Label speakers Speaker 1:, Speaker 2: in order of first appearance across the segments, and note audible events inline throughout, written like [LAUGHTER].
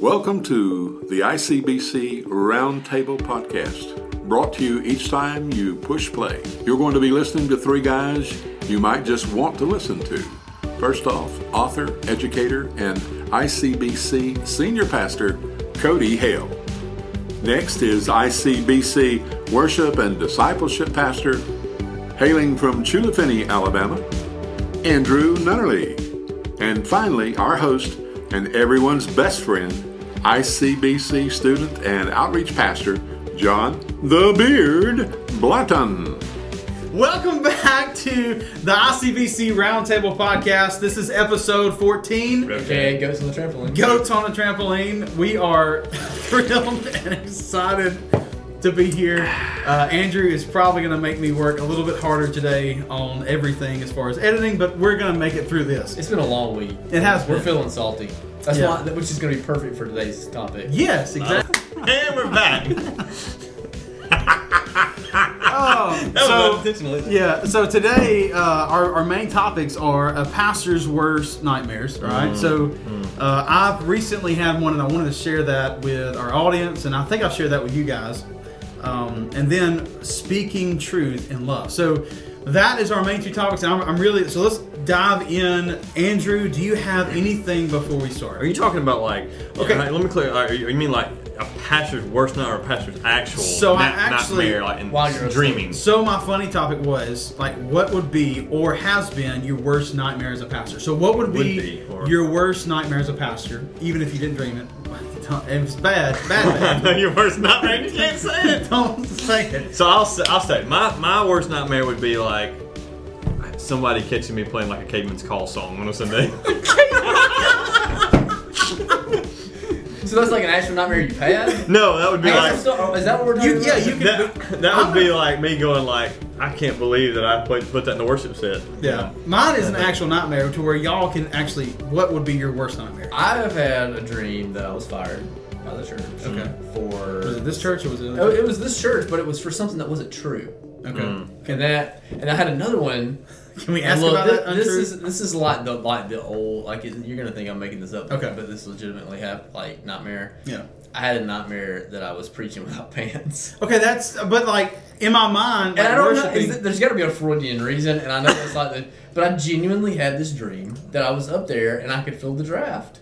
Speaker 1: Welcome to the ICBC Roundtable Podcast, brought to you each time you push play. You're going to be listening to three guys you might just want to listen to. First off, author, educator, and ICBC senior pastor Cody Hale. Next is ICBC worship and discipleship pastor, hailing from Chulafini, Alabama, Andrew Nunnerly. And finally, our host and everyone's best friend, ICBC student and outreach pastor, John the Beard Blatton.
Speaker 2: Welcome back to the ICBC Roundtable Podcast. This is episode 14.
Speaker 3: Okay, goats on the trampoline.
Speaker 2: Goats on a trampoline. We are [LAUGHS] thrilled and excited to be here. Uh, Andrew is probably going to make me work a little bit harder today on everything as far as editing, but we're going to make it through this.
Speaker 3: It's been a long week.
Speaker 2: It has
Speaker 3: We're
Speaker 2: been.
Speaker 3: feeling salty. That's
Speaker 2: Yeah.
Speaker 3: why, that- which is going to be perfect for today's topic.
Speaker 2: Yes, exactly.
Speaker 4: And we're back.
Speaker 2: [LAUGHS] [LAUGHS] Oh, so
Speaker 4: intentional.
Speaker 2: yeah, so today uh, our, our main topics are a pastor's worst nightmares, right? So uh, I've recently had one and I wanted to share that with our audience, and I think I've shared that with you guys. Um, and then speaking truth in love. So that is our main two topics. And I'm, I'm really, so let's dive in. Andrew, do you have anything before we start?
Speaker 4: Are you talking about like?
Speaker 2: Okay.
Speaker 4: Okay, let me clear. Like, you mean like a pastor's worst nightmare or a pastor's actual
Speaker 2: So I
Speaker 4: na-
Speaker 2: actually-
Speaker 4: nightmare, like in
Speaker 3: While you're
Speaker 4: dreaming? [LAUGHS]
Speaker 2: So my funny topic was like, what would be or has been your worst nightmare as a pastor? So what would be,
Speaker 4: Would be, or-
Speaker 2: your worst nightmare as a pastor, even if you didn't dream it? [LAUGHS] It was bad, bad,
Speaker 4: [LAUGHS]
Speaker 2: bad.
Speaker 4: Your worst nightmare. You can't say it.
Speaker 2: Don't say it.
Speaker 4: So I'll say, I'll say my my worst nightmare would be like somebody catching me playing like a caveman's call song on a Sunday. [LAUGHS]
Speaker 3: So that's like an actual nightmare you've had?
Speaker 4: no, that would [LAUGHS] be
Speaker 3: Like,
Speaker 4: like
Speaker 3: is that what we're talking
Speaker 2: You-
Speaker 3: about?
Speaker 2: yeah, you can-
Speaker 4: that, that would be like me going like I can't believe that I put put that in the worship set.
Speaker 2: Yeah, mine is an actual nightmare to where y'all can actually. What would be your worst nightmare?
Speaker 3: I have had a dream that I was fired by the church.
Speaker 2: Okay.
Speaker 3: For.
Speaker 2: Was it this church or was it?
Speaker 3: Oh, it was this church, but it was for something that wasn't true.
Speaker 2: okay.
Speaker 4: Mm.
Speaker 3: And that, and I had another one.
Speaker 2: Can we ask
Speaker 3: Look,
Speaker 2: about
Speaker 3: thi-
Speaker 2: that?
Speaker 3: this
Speaker 2: untruth?
Speaker 3: is this is like the like the old like it, you're gonna think I'm making this up.
Speaker 2: Okay.
Speaker 3: but this legitimately happened like nightmare.
Speaker 2: yeah.
Speaker 3: I had a nightmare that I was preaching [LAUGHS] without pants.
Speaker 2: Okay, that's but like in my mind, like
Speaker 3: And I don't know.
Speaker 2: worshiping-
Speaker 3: Is it, there's got to be a Freudian reason, and I know that's like the. But I genuinely had this dream that I was up there and I could feel the draft.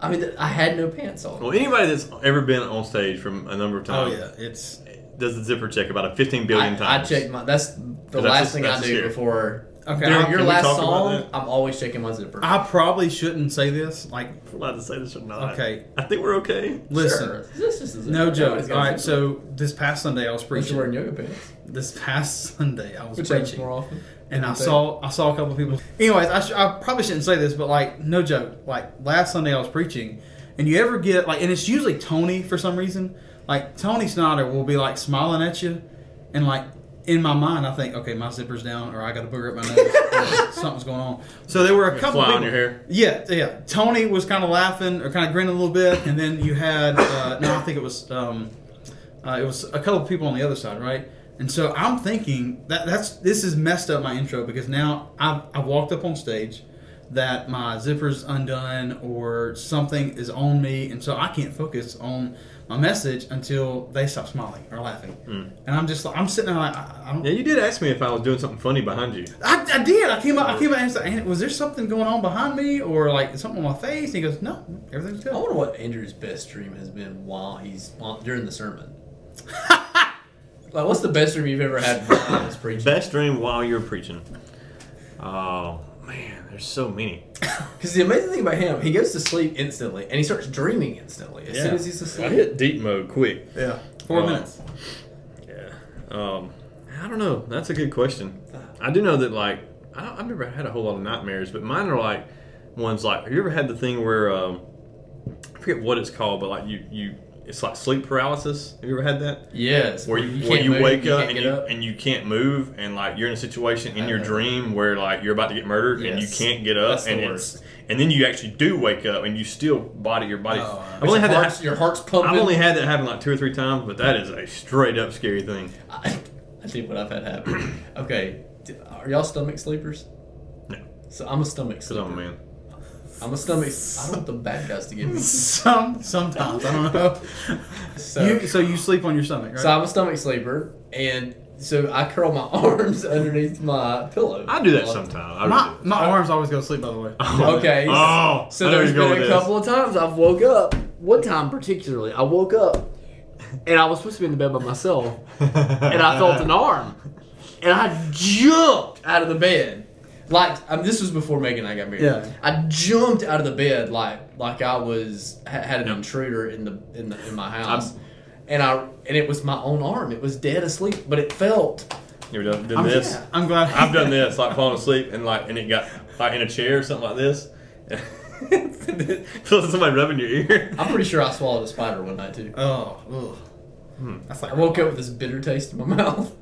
Speaker 3: I mean, I had no pants on.
Speaker 4: Well, anybody that's ever been on stage from a number of
Speaker 2: oh
Speaker 4: times,
Speaker 2: yeah, it's
Speaker 4: does the zipper check about a 15
Speaker 3: I,
Speaker 4: billion
Speaker 3: I
Speaker 4: times.
Speaker 3: checked my. That's the
Speaker 4: That's
Speaker 3: last
Speaker 4: just-
Speaker 3: thing I
Speaker 4: that's
Speaker 3: do
Speaker 4: just here.
Speaker 3: before.
Speaker 2: okay.
Speaker 4: During
Speaker 2: I-
Speaker 3: Your
Speaker 4: Can we
Speaker 3: last
Speaker 4: talk about
Speaker 3: song,
Speaker 4: that?
Speaker 3: I'm always checking my zipper.
Speaker 2: I probably shouldn't say this, like
Speaker 4: I'm allowed to say this or not.
Speaker 2: Okay.
Speaker 4: I think we're okay.
Speaker 2: Listen,
Speaker 3: Sure. This is a zipper.
Speaker 2: no
Speaker 3: Everybody's
Speaker 2: joke.
Speaker 3: got
Speaker 2: All
Speaker 3: a
Speaker 2: right,
Speaker 3: zipper.
Speaker 2: so this past Sunday I was
Speaker 3: Unless you're
Speaker 2: preaching.
Speaker 3: wearing yoga pants,
Speaker 2: This past [LAUGHS] Sunday I was
Speaker 3: which happens
Speaker 2: preaching,
Speaker 3: more often.
Speaker 2: and I
Speaker 3: Than you
Speaker 2: saw I saw a couple people. Anyways, I, sh- I probably shouldn't say this, but like no joke, like last Sunday I was preaching, and you ever get like, and it's usually Tony for some reason. Like Tony Snyder will be like smiling at you, and like in my mind I think, okay, my zipper's down, or I got a booger up my nose, or [LAUGHS] something's going on. So there were a couple
Speaker 4: Fly
Speaker 2: people.
Speaker 4: on your hair.
Speaker 2: Yeah, yeah. Tony was kind of laughing or kind of grinning a little bit, and then you had uh, no, I think it was um, uh, it was a couple of people on the other side, right? And so I'm thinking that that's this has messed up my intro because now I've, I've walked up on stage that my zipper's undone or something is on me, and so I can't focus on my message until they stop smiling or laughing, and I'm just like I'm sitting there like I, I don't.
Speaker 4: Yeah, you did ask me if I was doing something funny behind you.
Speaker 2: I, I did. I came up. I came up and said, "Hey, "Was there something going on behind me, or like something on my face?" And he goes, "No, everything's
Speaker 3: I
Speaker 2: good."
Speaker 3: wonder what Andrew's best dream has been while he's while, during the [LAUGHS] sermon. like, what's the best dream you've ever had while I was preaching?
Speaker 4: Best dream while you're preaching. Oh man, there's so many.
Speaker 3: Because the amazing thing about him, he goes to sleep instantly and he starts dreaming instantly as
Speaker 2: Yeah.
Speaker 3: soon as he's asleep.
Speaker 4: deep mode quick.
Speaker 2: Yeah, four
Speaker 4: Oh.
Speaker 2: minutes.
Speaker 4: Yeah. Um, I don't know. That's a good question. I do know that like I don't, I've never had a whole lot of nightmares, but mine are like ones like Have you ever had the thing where um, I forget what it's called, but like you you it's like sleep paralysis. Have you ever had that?
Speaker 3: Yes,
Speaker 4: where you, where
Speaker 3: can't
Speaker 4: you
Speaker 3: move,
Speaker 4: wake up,
Speaker 3: can't
Speaker 4: and
Speaker 3: get
Speaker 4: you, and you can't move and like you're in a situation in
Speaker 3: I
Speaker 4: your
Speaker 3: know.
Speaker 4: dream where like you're about to get murdered and you
Speaker 3: Yes.
Speaker 4: can't get up
Speaker 3: That's the
Speaker 4: and
Speaker 3: worst.
Speaker 4: it's and then you actually do wake up and you still body your body.
Speaker 2: Oh,
Speaker 4: I've only
Speaker 3: your,
Speaker 4: had
Speaker 3: heart's,
Speaker 4: that.
Speaker 3: your heart's pumping.
Speaker 4: I've only had that happen like two or three times, but that is a straight up scary thing.
Speaker 3: I, I tell you what I've had happen.
Speaker 4: [CLEARS THROAT]
Speaker 3: okay, d- are y'all stomach sleepers?
Speaker 4: No.
Speaker 3: So I'm a stomach
Speaker 4: Cause
Speaker 3: sleeper.
Speaker 4: I'm a man.
Speaker 3: I'm a stomach. I don't want the bad guys to get
Speaker 4: [LAUGHS]
Speaker 3: me.
Speaker 2: Some sometimes I don't know.
Speaker 3: So,
Speaker 2: you, [LAUGHS] so you sleep on your stomach, right?
Speaker 3: so I'm a stomach sleeper, and so I curl my [LAUGHS] arms underneath my pillow.
Speaker 4: I do that sometimes. I
Speaker 2: my
Speaker 4: really do.
Speaker 2: my arms always go to sleep. By the way,
Speaker 3: Okay.
Speaker 4: Oh,
Speaker 3: So
Speaker 4: I know
Speaker 3: there's
Speaker 4: you're going
Speaker 3: been a
Speaker 4: with this.
Speaker 3: couple of times I've woke up. One time particularly, I woke up and I was supposed to be in the bed by myself, and I felt an arm, and I jumped out of the bed. Like um, this was before Megan and I got married.
Speaker 2: Yeah.
Speaker 3: I jumped out of the bed like like I was ha- had an intruder in the in the in my house, and I and it was my own arm. It was dead asleep, but it felt [LAUGHS]
Speaker 4: You ever done, done
Speaker 2: I'm,
Speaker 4: this?
Speaker 2: I'm glad.
Speaker 4: I've done this, like falling asleep and like, and it got like in a chair or something like this. [LAUGHS] Feels like somebody rubbing your ear.
Speaker 3: I'm pretty sure I swallowed a spider one night too.
Speaker 2: [LAUGHS] Oh, ugh. that's like
Speaker 3: I woke up with this bitter taste in my [LAUGHS] mouth.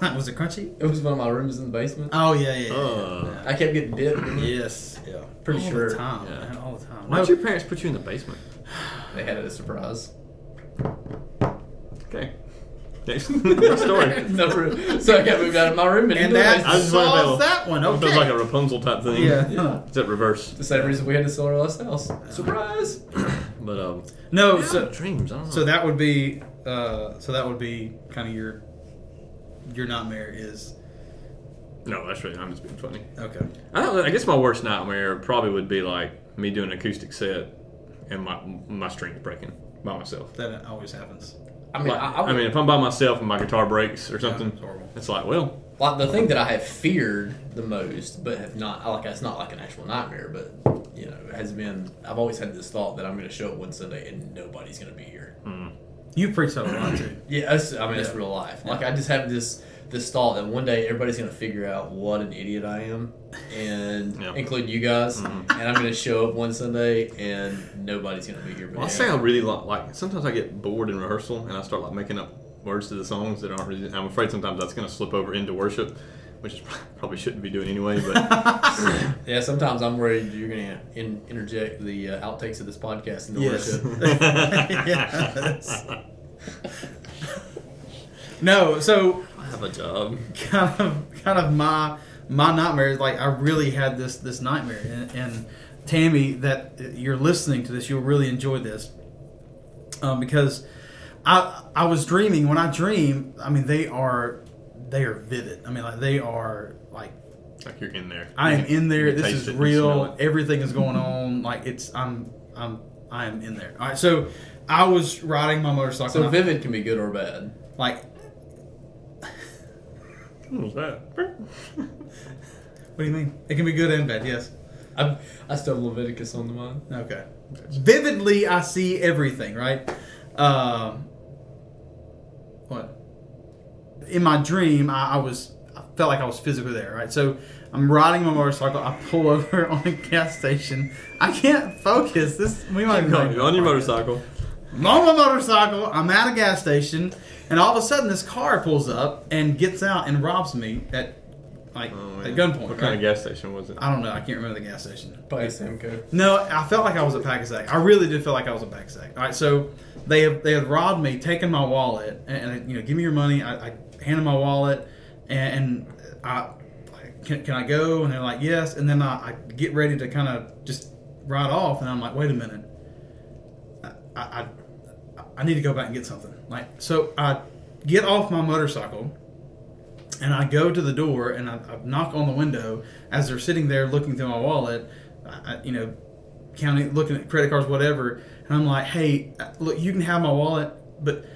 Speaker 2: was it crunchy?
Speaker 3: It was one of my rooms in the basement.
Speaker 2: Oh yeah, yeah. yeah.
Speaker 4: Uh,
Speaker 3: I kept getting bit.
Speaker 2: yes, yeah.
Speaker 3: Pretty
Speaker 2: all
Speaker 3: sure.
Speaker 2: The time,
Speaker 4: Yeah.
Speaker 2: man, all the time.
Speaker 4: why'd your parents put you in the basement?
Speaker 3: They had it as a surprise.
Speaker 4: Okay. [LAUGHS]
Speaker 3: [LAUGHS]
Speaker 4: Next,
Speaker 2: [LAUGHS]
Speaker 4: next story.
Speaker 3: No room. So I got moved out of my room and,
Speaker 2: and
Speaker 3: into the
Speaker 2: that
Speaker 3: basement.
Speaker 4: I was just wondering if
Speaker 2: solves
Speaker 4: they will-
Speaker 2: that one.
Speaker 4: It
Speaker 2: Okay.
Speaker 4: feels like a Rapunzel type
Speaker 2: [LAUGHS]
Speaker 4: thing.
Speaker 2: Yeah.
Speaker 4: [LAUGHS] Except reverse.
Speaker 3: the same reason we had to sell our last house. Surprise!
Speaker 4: [CLEARS THROAT] But um,
Speaker 2: no,
Speaker 4: yeah,
Speaker 2: so
Speaker 4: dreams. I don't know.
Speaker 2: so that would be uh, so that would be kind of your your nightmare is
Speaker 4: no, that's right. I'm just being funny.
Speaker 2: okay.
Speaker 4: I don't. know, I guess my worst nightmare probably would be like me doing an acoustic set and my my strings breaking by myself.
Speaker 2: That always happens.
Speaker 3: I mean,
Speaker 4: Like,
Speaker 3: I, I would-
Speaker 4: mean, if I'm by myself and my guitar breaks or something,
Speaker 2: it's horrible.
Speaker 4: it's like, well,
Speaker 3: like the thing that I have feared the most, but have not like it's not like an actual nightmare, but you know, has been. I've always had this thought that I'm going to show up one Sunday and nobody's going to be here.
Speaker 2: You preach that a lot too.
Speaker 3: Yeah, that's, I mean, it's real life. Like I just have this this thought that one day everybody's going to figure out what an idiot I am,
Speaker 2: [LAUGHS]
Speaker 3: and
Speaker 4: Yeah.
Speaker 3: including you guys,
Speaker 2: Mm-hmm.
Speaker 3: and I'm going to show up one Sunday and nobody's going to be here. But
Speaker 4: I
Speaker 3: Aaron.
Speaker 4: sound really lo- like. Sometimes I get bored in rehearsal and I start like making up words to the songs that aren't. Really, I'm afraid sometimes that's going to slip over into worship, which is [LAUGHS] probably shouldn't be doing anyway.
Speaker 2: [LAUGHS]
Speaker 4: But
Speaker 3: Yeah, sometimes I'm worried you're gonna in, interject the uh, outtakes of this podcast
Speaker 2: [LAUGHS]
Speaker 3: into
Speaker 2: Yes. [LAUGHS]
Speaker 3: worship.
Speaker 2: Yes. No, so
Speaker 4: I have a job.
Speaker 2: kind of kind of my my nightmare is like I really had this this nightmare and, and Tammy that you're listening to this you'll really enjoy this um, because I I was dreaming when I dream I mean they are they are vivid I mean like they are like
Speaker 4: Like you're in there.
Speaker 2: I am in there
Speaker 4: You
Speaker 2: this
Speaker 4: taste
Speaker 2: is
Speaker 4: it, you smell
Speaker 2: real
Speaker 4: it.
Speaker 2: everything is going on like it's I'm I'm I am in there all right so I was riding my motorcycle
Speaker 3: So
Speaker 2: and I-
Speaker 3: vivid can be good or bad.
Speaker 2: like
Speaker 4: What was that?
Speaker 2: what do you mean it can be good and bad yes
Speaker 3: I I still have Leviticus on the mind.
Speaker 2: Okay. Vividly, I see everything, right? Um, what? In my dream, I, I was, I felt like I was physically there, right? So I'm riding my motorcycle. I pull over [LAUGHS] on a gas station. I can't focus. This we might
Speaker 4: No, you're on your motorcycle.
Speaker 2: I'm on my motorcycle. I'm at a gas station, and all of a sudden, this car pulls up and gets out and robs me at like
Speaker 4: Oh,
Speaker 2: at
Speaker 4: yeah.
Speaker 2: gunpoint.
Speaker 4: What
Speaker 2: right?
Speaker 4: kind of gas station was it?
Speaker 2: I don't know. I can't remember the gas station.
Speaker 3: By Samco.
Speaker 2: No, I felt like I was a pack sack. I really did feel like I was a pack sack. All right, so they have, they had robbed me, taken my wallet, and, and you know, give me your money. I, I handed my wallet, and, and I like, can, can I go? And they're like, yes. And then I, I get ready to kind of just ride off, and I'm like, wait a minute, I, I I- I need to go back and get something. Like, so I get off my motorcycle. And I go to the door and I, I knock on the window as they're sitting there looking through my wallet, I, I- you know, counting, looking at credit cards, whatever. And I'm like, hey, uh, look, you can have my wallet, but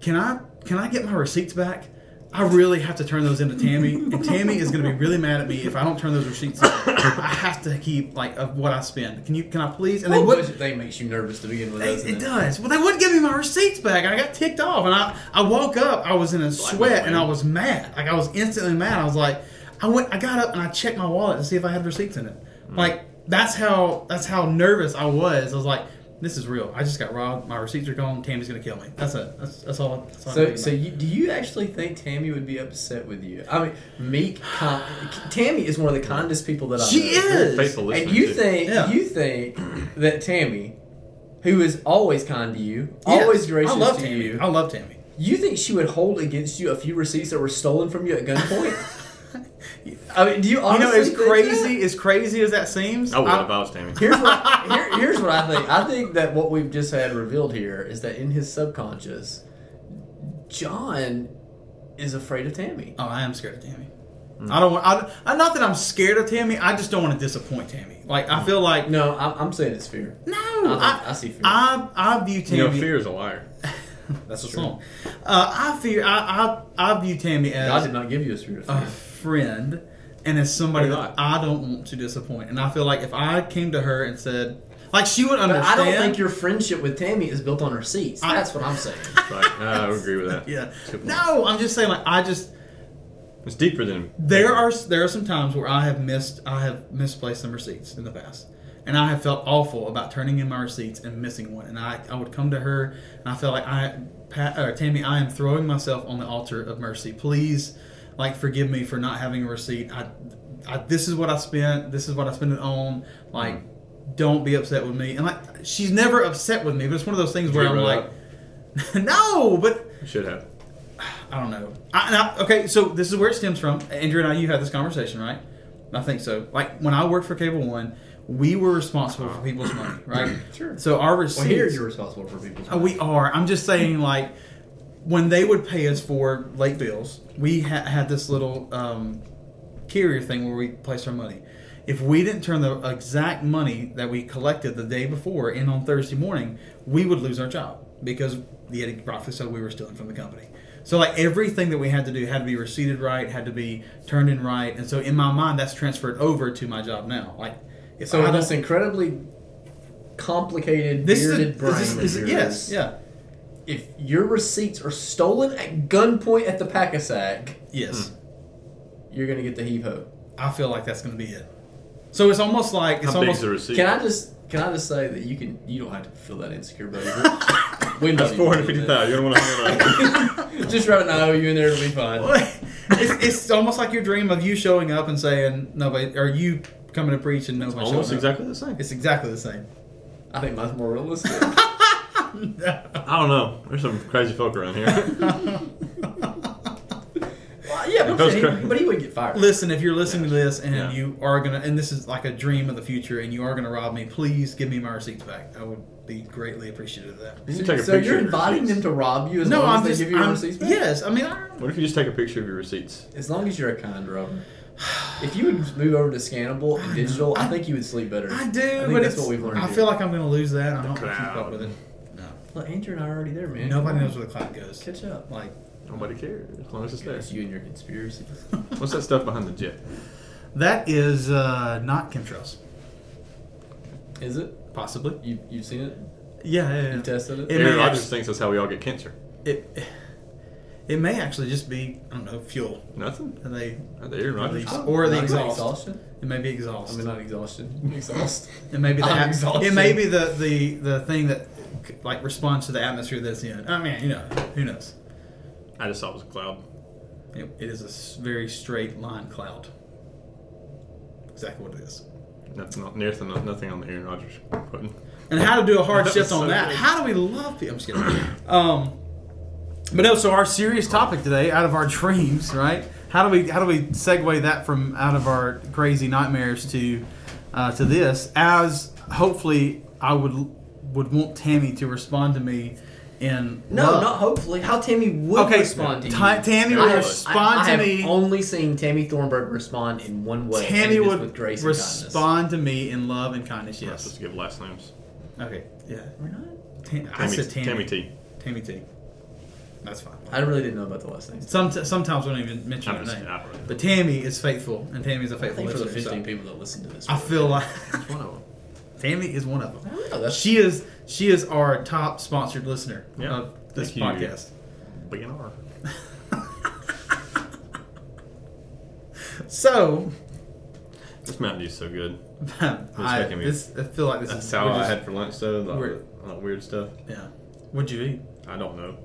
Speaker 2: can I can I get my receipts back? I really have to turn those into Tammy, and Tammy is going to be really mad at me if I don't turn those receipts. in. I have to keep like of what I spend. Can you? Can I please? And
Speaker 3: The
Speaker 2: they would.
Speaker 3: budget thing makes you nervous to begin with.
Speaker 2: It,
Speaker 3: doesn't
Speaker 2: it does. Well, they wouldn't give me my receipts back. I got ticked off, and I, I woke up. I was in a sweat, and I was mad. Like I was instantly mad. I was like, I went, I got up, and I checked my wallet to see if I had receipts in it. Like that's how that's how nervous I was. I was like, this is real. I just got robbed. My receipts are gone. Tammy's gonna kill me. That's it. That's, that's all. That's all I'm
Speaker 3: So,
Speaker 2: thinking
Speaker 3: so
Speaker 2: about.
Speaker 3: you, do you actually think Tammy would be upset with you? I mean, meek. Con- Tammy is one of the kindest people that I
Speaker 2: she
Speaker 3: know.
Speaker 2: is.
Speaker 4: Faithful
Speaker 3: And
Speaker 4: listener,
Speaker 3: you
Speaker 4: too.
Speaker 3: think
Speaker 2: Yeah.
Speaker 3: you think that Tammy, who is always kind to you,
Speaker 2: Yes.
Speaker 3: always gracious
Speaker 2: I love
Speaker 3: to
Speaker 2: Tammy.
Speaker 3: you,
Speaker 2: I love Tammy. [LAUGHS]
Speaker 3: You think she would hold against you a few receipts that were stolen from you at gunpoint? I mean, do you
Speaker 2: You know,
Speaker 3: honestly
Speaker 2: as
Speaker 3: think
Speaker 2: crazy
Speaker 3: that?
Speaker 2: as crazy as that seems,
Speaker 3: Oh,
Speaker 4: I would
Speaker 2: I-
Speaker 4: if I was Tammy.
Speaker 3: Here's what, here, here's what I think. I think that what we've just had revealed here is that in his subconscious, John is afraid of Tammy.
Speaker 2: Oh, I am scared of Tammy.
Speaker 3: Mm.
Speaker 2: I don't want. I, I, not that I'm scared of Tammy. I just don't want to disappoint Tammy. Like I feel like no,
Speaker 3: No, I'm, I'm saying it's fear.
Speaker 2: I,
Speaker 3: Mm. I see fear.
Speaker 2: I, I view Tammy.
Speaker 4: You know, fear is a liar.
Speaker 2: That's a song. Uh, I fear. I, I I view Tammy
Speaker 3: God
Speaker 2: as
Speaker 3: did not give you a spirit of fear.
Speaker 2: a friend and as somebody
Speaker 4: Why
Speaker 2: that
Speaker 4: not?
Speaker 2: I don't want to disappoint. And I feel like if I came to her and said, like she would
Speaker 3: but
Speaker 2: understand.
Speaker 3: I don't think your friendship with Tammy is built on receipts.
Speaker 2: I-
Speaker 3: That's what
Speaker 2: [LAUGHS]
Speaker 3: I'm saying.
Speaker 4: Like, I would agree with that.
Speaker 2: Yeah.
Speaker 4: Good point.
Speaker 2: No, I'm just saying. Like I just
Speaker 4: It's deeper than
Speaker 2: There are there are some times where I have missed I have misplaced some receipts in the past, and I have felt awful about turning in my receipts and missing one. And I, I would come to her and I felt like I Pat, or Tammy I am throwing myself on the altar of mercy. Please, like forgive me for not having a receipt. I, I this is what I spent. This is what I spent it on. Like, don't be upset with me. And like she's never upset with me, but it's one of those things
Speaker 4: Did
Speaker 2: where
Speaker 4: you
Speaker 2: I'm
Speaker 4: write
Speaker 2: like, [LAUGHS] no, but.
Speaker 4: should have.
Speaker 2: I don't know. I, and I, okay, so this is where it stems from. Andrew and I, you had this conversation, right? I think so. Like when I worked for Cable One, we were responsible for people's money, right?
Speaker 3: Sure.
Speaker 2: So our
Speaker 3: Well,
Speaker 2: receipts.
Speaker 3: here you're responsible for people's.
Speaker 2: Uh, we are. I'm just saying, like when they would pay us for late bills, we ha- had this little um, carrier thing where we placed our money. If we didn't turn the exact money that we collected the day before in on Thursday morning, we would lose our job because the Eddie roughly said we were stealing from the company. So like everything that we had to do had to be receipted right, had to be turned in right, and so in my mind that's transferred over to my job now. Like if
Speaker 3: So
Speaker 2: I
Speaker 3: this
Speaker 2: don't-
Speaker 3: incredibly complicated
Speaker 2: this is, a,
Speaker 3: bearded
Speaker 2: is
Speaker 3: brain.
Speaker 2: this,
Speaker 3: of
Speaker 2: is it,
Speaker 3: yours,
Speaker 2: yes, yeah,
Speaker 3: If your receipts are stolen at gunpoint at the pack-a-sack,
Speaker 2: yes.
Speaker 3: you're gonna get the heave ho.
Speaker 2: I feel like that's going to be it. So it's almost like it's
Speaker 4: How
Speaker 2: almost
Speaker 4: big's
Speaker 2: [LAUGHS]
Speaker 4: the receipt?
Speaker 3: Can I just can I just say that you can you don't have to feel that insecure,
Speaker 2: [LAUGHS]
Speaker 3: buddy. We love
Speaker 4: That's
Speaker 3: you.
Speaker 4: four hundred fifty thousand. You don't want to hang
Speaker 2: [LAUGHS]
Speaker 4: around.
Speaker 3: Just write an IOU in there, it'll be fine.
Speaker 2: it's, it's almost like your dream of you showing up and saying nobody, or you coming to preach and nobody.
Speaker 4: Almost
Speaker 2: showing up.
Speaker 4: exactly the same.
Speaker 2: It's exactly the same.
Speaker 3: I think mine's more
Speaker 2: [LAUGHS]
Speaker 3: realistic.
Speaker 4: I don't know. There's some crazy folk around here.
Speaker 2: [LAUGHS]
Speaker 3: well, yeah, but, I'm
Speaker 4: Those
Speaker 3: saying
Speaker 4: cra-
Speaker 3: he, but he would get fired.
Speaker 2: Listen, if you're listening to this and
Speaker 4: Yeah.
Speaker 2: you are gonna, and this is like a dream of the future, and you are gonna rob me, please give me my receipts back. I would be greatly appreciative of that.
Speaker 4: You can take a
Speaker 3: so
Speaker 4: picture
Speaker 3: you're
Speaker 4: of your
Speaker 3: inviting them
Speaker 4: receipts.
Speaker 3: to rob you as
Speaker 2: No,
Speaker 3: long as
Speaker 2: I'm
Speaker 3: they
Speaker 2: just.
Speaker 3: give you your
Speaker 2: I'm-
Speaker 3: receipts back?
Speaker 2: yes, I mean, I,
Speaker 4: What if you just take a picture of your receipts?
Speaker 3: As long as you're a kind robber. If you would move over to scannable and digital, I think you would sleep better.
Speaker 2: I do,
Speaker 3: think
Speaker 2: but
Speaker 3: that's
Speaker 2: it's,
Speaker 3: what we've learned.
Speaker 2: I
Speaker 3: here.
Speaker 2: feel like I'm gonna lose that. I don't wanna keep
Speaker 4: cloud.
Speaker 2: up with it. No,
Speaker 3: Look, Andrew and I are already there, man.
Speaker 2: nobody knows where the cloud goes. [LAUGHS]
Speaker 3: Catch up.
Speaker 2: Like,
Speaker 4: Nobody cares as long as it's there.
Speaker 3: It's you and your conspiracy.
Speaker 4: What's that stuff behind the jet?
Speaker 2: That is uh, not chemtrails,
Speaker 3: Is it?
Speaker 2: possibly.
Speaker 3: You you've seen it?
Speaker 2: Yeah, yeah, yeah.
Speaker 3: You tested
Speaker 2: It
Speaker 3: it?
Speaker 2: may
Speaker 4: Aaron
Speaker 2: have-
Speaker 4: Rodgers thinks that's how we all get cancer.
Speaker 2: It it may actually just be I don't know fuel
Speaker 4: Nothing.
Speaker 2: and they
Speaker 4: Not the Aaron Rodgers.
Speaker 2: Release. or the
Speaker 3: Not even
Speaker 2: exhaust.
Speaker 3: Exhaustion?
Speaker 2: it may be
Speaker 3: I
Speaker 2: exhaust.
Speaker 3: mean, not [LAUGHS] exhaustion. Exhaust.
Speaker 2: it may be the
Speaker 3: [LAUGHS] I'm
Speaker 2: at-
Speaker 3: exhausted.
Speaker 2: it may be the the the thing that like responds to the atmosphere that's in. I mean, you know, who knows?
Speaker 4: I just thought it was a cloud.
Speaker 2: It, it is a s- very straight line cloud. Exactly what it is.
Speaker 4: Nothing, on- there's no- nothing on the Aaron Rodgers. button.
Speaker 2: and how to do a hard
Speaker 4: That
Speaker 2: shift
Speaker 4: was
Speaker 2: on
Speaker 4: so
Speaker 2: that.
Speaker 4: good.
Speaker 2: How do we love people? I'm just kidding. Um, but no, so our serious topic today, out of our dreams, right? How do we how do we segue that from out of our crazy nightmares to uh, to this? As hopefully, I would would want Tammy to respond to me in
Speaker 3: No,
Speaker 2: love.
Speaker 3: not hopefully. How Tammy would
Speaker 2: Okay,
Speaker 3: respond to you.
Speaker 2: Ti- Tammy
Speaker 3: I
Speaker 2: would
Speaker 3: have-
Speaker 2: respond
Speaker 3: I, I
Speaker 2: to
Speaker 3: have
Speaker 2: me-
Speaker 3: only seen Tammy Thornburg respond in one way. and
Speaker 2: Tammy
Speaker 3: it is
Speaker 2: would
Speaker 3: with grace And
Speaker 2: respond to me in love and kindness.
Speaker 4: We're not supposed
Speaker 2: Yes.
Speaker 4: to give last names.
Speaker 2: Okay. Yeah.
Speaker 3: kindness. We're not.
Speaker 2: Tam- I said Tammy.
Speaker 4: Tammy T.
Speaker 2: Tammy T. That's fine.
Speaker 3: I really didn't know about the last name.
Speaker 2: Some, sometimes we don't even mention
Speaker 4: I'm
Speaker 2: her
Speaker 4: just
Speaker 2: name.
Speaker 4: I don't know.
Speaker 2: But Tammy is faithful, and Tammy's a
Speaker 3: I
Speaker 2: faithful
Speaker 3: think for the
Speaker 2: listener.
Speaker 3: 15
Speaker 2: so
Speaker 3: people that listen to this.
Speaker 2: I feel like [LAUGHS]
Speaker 4: One of them.
Speaker 2: Tammy is one of
Speaker 3: I
Speaker 2: them.
Speaker 3: don't know, that's-
Speaker 2: She is she is our top sponsored listener
Speaker 4: Yeah.
Speaker 2: of this
Speaker 4: Thank you.
Speaker 2: podcast. [LAUGHS]
Speaker 4: BNR.
Speaker 2: So
Speaker 4: This Mountain Dew's so good.
Speaker 2: I,
Speaker 4: making me-
Speaker 2: this, I feel like this
Speaker 4: That's
Speaker 2: is
Speaker 4: how
Speaker 2: we're
Speaker 4: I
Speaker 2: just-
Speaker 4: had for lunch though. All
Speaker 2: we're-
Speaker 4: that, all that weird stuff.
Speaker 2: Yeah. What'd you eat?
Speaker 4: I don't know.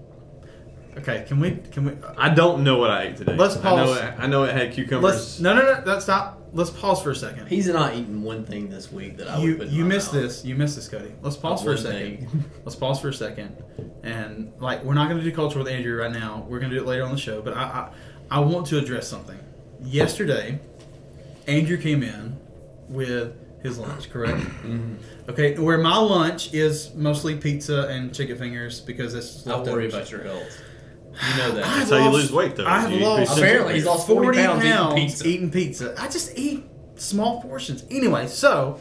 Speaker 2: Okay, can we can we
Speaker 4: I don't know what I ate today.
Speaker 2: Let's
Speaker 4: I know
Speaker 2: pause.
Speaker 4: it, I know it had cucumbers.
Speaker 2: let's no no no that's not let's pause for a second.
Speaker 3: He's not eating one thing this week that I would
Speaker 2: you
Speaker 3: put in
Speaker 2: you
Speaker 3: my
Speaker 2: missed
Speaker 3: mouth.
Speaker 2: this. You missed this, Cody. Let's pause for a
Speaker 3: one
Speaker 2: second.
Speaker 3: thing.
Speaker 2: [LAUGHS] Let's pause for a second. And like, we're not going to do culture with Andrew right now. We're going to do it later on the show. But I, I, I want to address something. yesterday, Andrew came in with his lunch,
Speaker 3: [CLEARS THROAT]
Speaker 2: correct?
Speaker 3: Mm-hmm.
Speaker 2: Okay, where my lunch is mostly pizza and chicken fingers because that's
Speaker 3: I worry
Speaker 2: leftovers.
Speaker 3: about your health. You know
Speaker 2: [SIGHS]
Speaker 3: that.
Speaker 2: I've
Speaker 4: That's how you
Speaker 2: lost-
Speaker 4: lose weight, though.
Speaker 2: I have
Speaker 4: You- you
Speaker 2: lost
Speaker 4: simply-
Speaker 3: Apparently, he's lost 40 pounds eating pizza.
Speaker 2: eating pizza. I just eat small portions. Anyway, so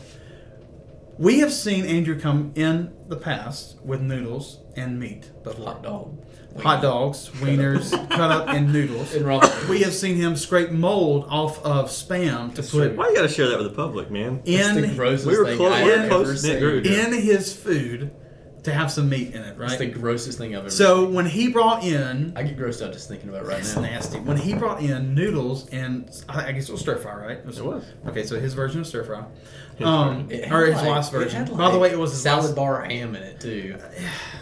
Speaker 2: we have seen Andrew come in the past with noodles and meat, but
Speaker 3: Hot dog.
Speaker 2: hot dogs, wieners,
Speaker 4: [LAUGHS]
Speaker 2: cut up, and noodles.
Speaker 3: And raw.
Speaker 2: We have seen him scrape mold off of spam to put
Speaker 4: Why you gotta share that with the public, man?
Speaker 3: It's the
Speaker 2: in
Speaker 3: grossest
Speaker 4: We were
Speaker 3: thing
Speaker 4: close-
Speaker 3: I've
Speaker 4: we were
Speaker 3: ever
Speaker 4: close knit
Speaker 3: seen.
Speaker 4: group.
Speaker 2: in his food to have some meat in it,
Speaker 3: It's the
Speaker 2: right?
Speaker 3: grossest thing I've ever.
Speaker 2: So
Speaker 3: seen.
Speaker 2: when he brought in
Speaker 3: I get grossed out just thinking about it right
Speaker 2: That's
Speaker 3: now.
Speaker 2: nasty. When he brought in noodles and I I guess it was stir fry, right?
Speaker 4: It was.
Speaker 2: Okay, so his version of stir fry, um,
Speaker 3: It had
Speaker 2: or his
Speaker 3: like-
Speaker 2: last
Speaker 3: it
Speaker 2: version.
Speaker 3: had
Speaker 2: By the
Speaker 3: like
Speaker 2: way, it was his
Speaker 3: salad
Speaker 2: last-
Speaker 3: bar ham in it too.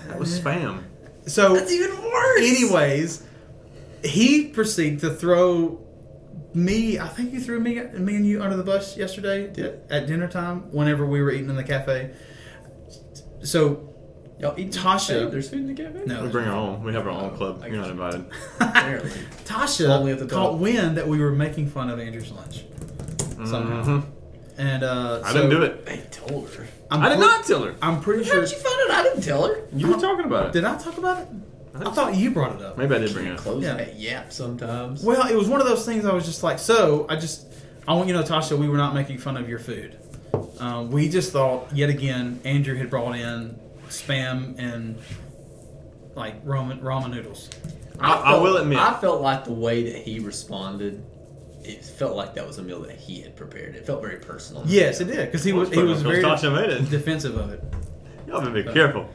Speaker 4: That was spam.
Speaker 2: So,
Speaker 3: even worse.
Speaker 2: anyways, he proceeded to throw me. I think he threw me, me and you under the bus yesterday at dinner time. Whenever we were eating in the cafe. So
Speaker 3: y'all eat
Speaker 2: Tasha-
Speaker 3: food? There's food in the cafe.
Speaker 2: no,
Speaker 4: We bring our own. We have our own club. You're not invited.
Speaker 3: [LAUGHS] Apparently. Only at the
Speaker 2: Tasha caught
Speaker 3: dog.
Speaker 2: wind that we were making fun of Andrew's lunch somehow,
Speaker 4: Mhm.
Speaker 2: and uh,
Speaker 4: I didn't
Speaker 2: so
Speaker 4: do it.
Speaker 3: I told her.
Speaker 2: I'm
Speaker 4: I did
Speaker 2: pre-
Speaker 4: not tell her.
Speaker 2: I'm pretty
Speaker 3: How
Speaker 2: sure.
Speaker 3: did you find out? I didn't tell her.
Speaker 4: You were talking about it.
Speaker 2: Did I talk about it?
Speaker 4: I
Speaker 2: I
Speaker 4: think
Speaker 2: thought you brought it up.
Speaker 4: Maybe I did bring it. up.
Speaker 3: Close
Speaker 2: Yeah.
Speaker 3: that yap sometimes.
Speaker 2: Well, it was one of those things I was just like, so I just, I want you to know, Tasha, we were not making fun of your food. Um, we just thought, yet again, Andrew had brought in spam and like ramen, ramen noodles.
Speaker 4: I, I
Speaker 3: felt-
Speaker 4: will admit.
Speaker 3: I felt like the way that he responded, it felt like that was a meal that he had prepared. It felt very personal.
Speaker 2: Yes, it did because he was he was very
Speaker 4: Tasha made it.
Speaker 2: defensive of it.
Speaker 4: Y'all better be
Speaker 2: [LAUGHS]
Speaker 4: careful.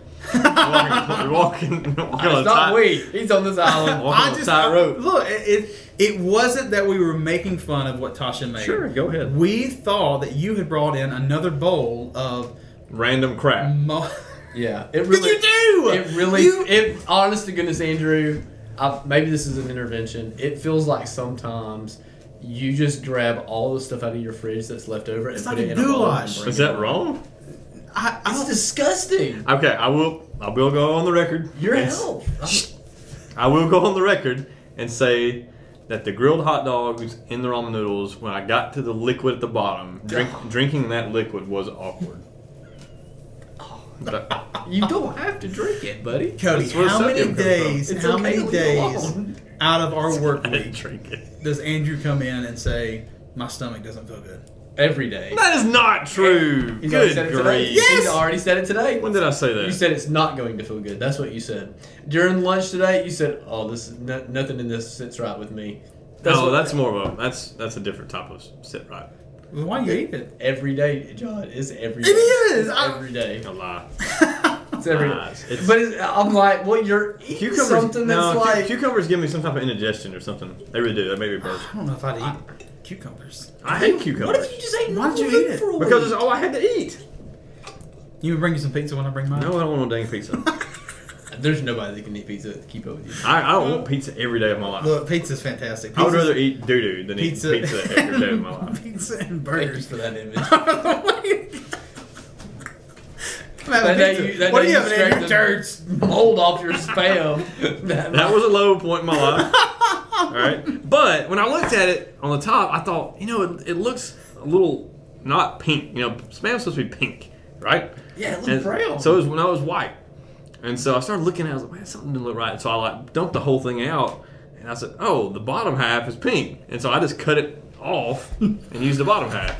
Speaker 4: You're walking, you're walking, walking
Speaker 3: It's
Speaker 4: on
Speaker 3: not
Speaker 4: top.
Speaker 3: we. He's on this island.
Speaker 4: [LAUGHS] [LAUGHS] Walking
Speaker 2: I
Speaker 4: on
Speaker 2: just
Speaker 4: tight rope.
Speaker 2: look. It, it it wasn't that we were making fun of what Tasha made.
Speaker 4: Sure, go ahead.
Speaker 2: We thought that you had brought in another bowl of.
Speaker 4: Random crap.
Speaker 2: Mo- [LAUGHS]
Speaker 3: Yeah. It
Speaker 2: What
Speaker 3: really,
Speaker 2: did you do?
Speaker 3: It really.
Speaker 2: You-
Speaker 3: It. Honest to goodness, Andrew. i maybe this is an intervention. It feels like sometimes you just grab all the stuff out of your fridge that's left over and
Speaker 2: It's
Speaker 3: put
Speaker 2: like
Speaker 3: it
Speaker 2: a
Speaker 3: in a bowl and
Speaker 2: goulash.
Speaker 3: bring
Speaker 4: Is
Speaker 3: it
Speaker 4: that
Speaker 3: home.
Speaker 4: wrong?
Speaker 2: I, I
Speaker 3: It's
Speaker 2: don't
Speaker 3: disgusting.
Speaker 4: Okay, I will. I will go on the record.
Speaker 3: Your
Speaker 4: and-
Speaker 3: health. I'm-
Speaker 4: I will go on the record and say that the grilled hot dogs in the ramen noodles, when I got to the liquid at the bottom, drink,
Speaker 3: [LAUGHS]
Speaker 4: drinking that liquid was awkward.
Speaker 3: Oh.
Speaker 4: But I-
Speaker 3: You don't have to drink it, buddy.
Speaker 2: Cody,
Speaker 4: That's where
Speaker 2: how many
Speaker 4: sodium comes from.
Speaker 2: days?
Speaker 3: It's
Speaker 2: How
Speaker 3: okay,
Speaker 2: many
Speaker 3: leave it
Speaker 2: days
Speaker 3: alone.
Speaker 2: out of our work
Speaker 4: I didn't
Speaker 2: week
Speaker 4: drink it.
Speaker 2: does Andrew come in and say, "My stomach doesn't feel good"?
Speaker 3: Every day.
Speaker 4: That is not true.
Speaker 3: He's already said
Speaker 4: Good
Speaker 3: it today.
Speaker 4: grief.
Speaker 3: He's already said it today.
Speaker 4: When did I say that?
Speaker 3: You said it's not going to feel good. That's what you said during lunch today. You said, "Oh, this is no, nothing in this sits right with me." That's
Speaker 4: no,
Speaker 3: what-
Speaker 4: that's more of a that's that's a different type of sit right.
Speaker 2: Well, Why do you eat [LAUGHS] it?
Speaker 3: every day, John. It's every.
Speaker 2: It
Speaker 3: day.
Speaker 2: is!
Speaker 3: It's
Speaker 2: I-
Speaker 3: every day.
Speaker 4: A lie.
Speaker 3: It's every day.
Speaker 4: Lies. It's-
Speaker 3: but it's, I'm like, well, you're eating
Speaker 4: Cucumbers,
Speaker 3: something that's
Speaker 4: no, cu-
Speaker 3: like.
Speaker 4: cucumbers give me some type of indigestion or something. They really do. They make me burst.
Speaker 2: I don't know if I'd eat cucumbers.
Speaker 4: I hate cucumbers.
Speaker 3: what if you just ate
Speaker 2: Why did you
Speaker 3: normal
Speaker 2: eat
Speaker 3: food
Speaker 2: it?
Speaker 3: for a
Speaker 4: because
Speaker 3: week?
Speaker 4: it's all I had to eat.
Speaker 2: You would bring you some pizza when I bring mine.
Speaker 4: No, I don't want no dang pizza.
Speaker 3: there's nobody that can eat pizza to keep up with you.
Speaker 4: I, I don't want pizza every day of my life.
Speaker 2: Look, pizza's fantastic.
Speaker 4: I would
Speaker 2: Pizza's-
Speaker 4: rather eat doo doo than
Speaker 2: pizza,
Speaker 4: eat pizza every day of my
Speaker 2: [LAUGHS]
Speaker 4: life.
Speaker 2: pizza and
Speaker 3: Thank you
Speaker 4: [LAUGHS]
Speaker 2: burgers.
Speaker 3: for that image.
Speaker 2: [LAUGHS] I'm having
Speaker 3: That day
Speaker 2: pizza.
Speaker 3: you- that
Speaker 2: what
Speaker 3: day
Speaker 2: do you
Speaker 3: you
Speaker 2: have in your
Speaker 3: scraped
Speaker 2: turds?
Speaker 3: Mold off your spam.
Speaker 4: That was a low point in my life. All right, but when I looked at it on the top, I thought, you know, it, it looks a little not pink. You know, spam's supposed to be pink, right?
Speaker 3: yeah, it
Speaker 4: And
Speaker 3: looked brown.
Speaker 4: So it was when I was white. And so I started looking at it, I was like, man, something didn't look right. So I like dumped the whole thing out and I said, Oh, the bottom half is pink. And so I just cut it off and used the bottom half.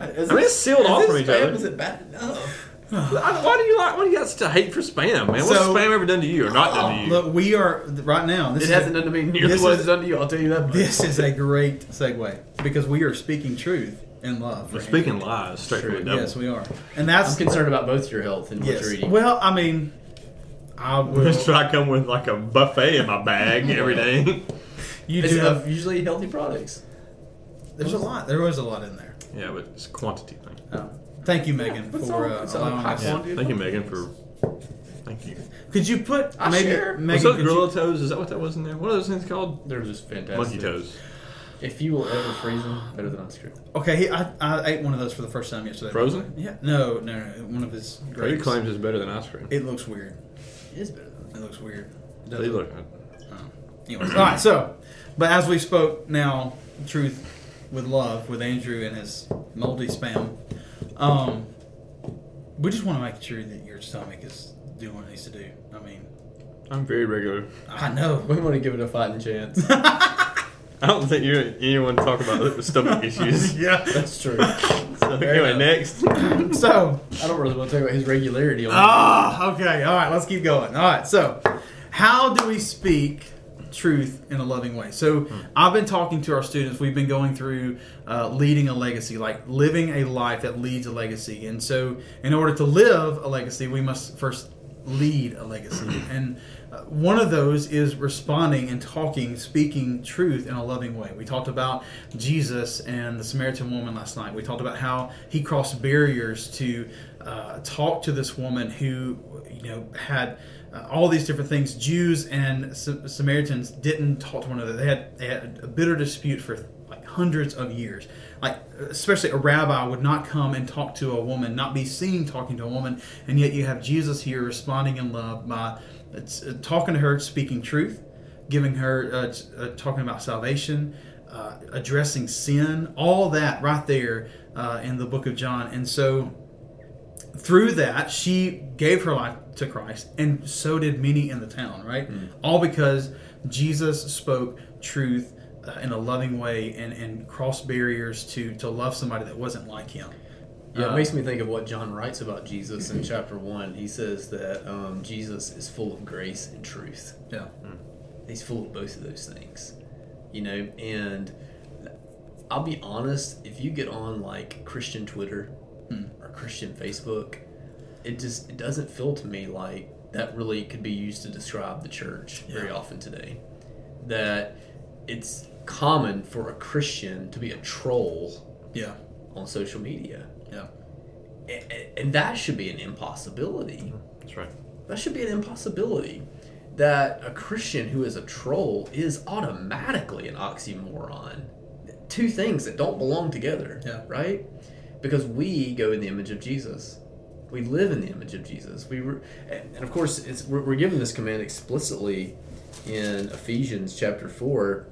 Speaker 3: Is
Speaker 4: I mean, it's sealed
Speaker 3: is
Speaker 4: off
Speaker 3: it
Speaker 4: from each
Speaker 3: spam?
Speaker 4: other.
Speaker 3: Is it bad enough?
Speaker 4: I- Why do you like why do you got such a hate for spam, man? What's
Speaker 2: So-
Speaker 4: spam ever done to you or not done to you?
Speaker 2: Look, we are right now. This
Speaker 3: It
Speaker 2: is
Speaker 3: hasn't
Speaker 2: a,
Speaker 3: done to me nearly
Speaker 2: this
Speaker 3: what
Speaker 2: is-
Speaker 3: it's done to you. I'll tell you that. much.
Speaker 2: this is a great segue because we are speaking truth and love.
Speaker 4: We're
Speaker 2: for
Speaker 4: speaking lies straight from
Speaker 3: True.
Speaker 4: the devil. [LAUGHS]
Speaker 2: Yes, we are, and that's
Speaker 3: I'm concerned about both your health and what
Speaker 2: Yes.
Speaker 3: you're eating.
Speaker 2: Well, I mean,
Speaker 4: [LAUGHS]
Speaker 2: I will.
Speaker 4: That's why I come with like a buffet in my bag every
Speaker 2: [LAUGHS]
Speaker 4: day.
Speaker 2: You
Speaker 3: It's
Speaker 2: do have.
Speaker 3: of usually healthy products.
Speaker 2: There's a lot. There was a lot in there.
Speaker 4: yeah, but it's a quantity thing.
Speaker 3: Oh.
Speaker 2: Thank you, Megan, for uh,
Speaker 3: it's all
Speaker 2: allowing
Speaker 3: high
Speaker 2: us.
Speaker 3: quality.
Speaker 4: Thank you, Megan, for thank you.
Speaker 2: Could you put
Speaker 3: I
Speaker 2: maybe
Speaker 3: share.
Speaker 4: Was
Speaker 2: Megan?
Speaker 4: those
Speaker 2: Could
Speaker 4: gorilla
Speaker 2: you,
Speaker 4: toes? Is that what that was in there? What are those things called?
Speaker 3: They're just fantastic.
Speaker 4: Monkey toes.
Speaker 3: If you will ever freeze them, better than ice cream.
Speaker 2: okay, he, I, I ate one of those for the first time yesterday.
Speaker 4: Frozen?
Speaker 2: Yeah. No, no, no. One of his
Speaker 4: Cody
Speaker 2: grapes.
Speaker 4: claims it's better than ice cream.
Speaker 2: It looks weird.
Speaker 3: It is better than
Speaker 2: It looks weird. It
Speaker 4: They
Speaker 2: doesn't-
Speaker 4: look-
Speaker 2: Anyways, all right. So, but as we spoke now, truth with love with Andrew and his moldy spam. Um, we just want to make sure that your stomach is doing what it needs to do. I mean,
Speaker 4: I'm very regular.
Speaker 2: I know.
Speaker 3: [LAUGHS]
Speaker 2: [LAUGHS]
Speaker 3: We want to give it a fighting chance.
Speaker 4: [LAUGHS] I don't think you anyone talk about
Speaker 2: [LAUGHS]
Speaker 4: stomach issues.
Speaker 2: yeah.
Speaker 3: That's true. I
Speaker 4: So anyway,
Speaker 3: enough.
Speaker 4: next.
Speaker 2: So,
Speaker 3: don't really want to talk about his regularity on
Speaker 2: ah, okay. All right. Let's keep going. All right. So, how do we speak truth in a loving way? So, I've been talking to our students. We've been going through uh, leading a legacy, like living a life that leads a legacy. And so, in order to live a legacy, we must first lead a legacy. and uh, one of those is responding and talking, speaking truth in a loving way. We talked about Jesus and the Samaritan woman last night. We talked about how he crossed barriers to uh, talk to this woman who, you know, had uh, all these different things. Jews and Sa- Samaritans didn't talk to one another. They had they had a bitter dispute for like hundreds of years. Like, especially a rabbi would not come and talk to a woman, not be seen talking to a woman, and yet you have Jesus here responding in love by it's, uh, talking to her, speaking truth, giving her, uh, t- uh, talking about salvation, uh, addressing sin, all that right there uh, in the book of John. And so, through that, she gave her life to Christ, and so did many in the town, right?
Speaker 3: Hmm.
Speaker 2: All because Jesus spoke truth uh, in a loving way and, and crossed barriers to, to love somebody that wasn't like him. Uh,
Speaker 3: Yeah, it makes me think of what John writes about Jesus in chapter one. He says that um, Jesus is full of grace and truth.
Speaker 2: Yeah.
Speaker 3: He's full of both of those things, you know. And I'll be honest, if you get on like Christian Twitter or Christian Facebook, it just it doesn't feel to me like that really could be used to describe the church very often today. That it's common for a Christian to be a troll
Speaker 2: Yeah.
Speaker 3: on social media
Speaker 2: Yeah.
Speaker 3: and, and that should be an impossibility.
Speaker 4: That's right.
Speaker 3: That should be an impossibility. That a Christian who is a troll is automatically an oxymoron. Two things that don't belong together,
Speaker 2: Yeah.
Speaker 3: right? Because we go in the image of Jesus. We live in the image of Jesus. We were, and and of course, it's, we're, we're given this command explicitly in Ephesians chapter 4.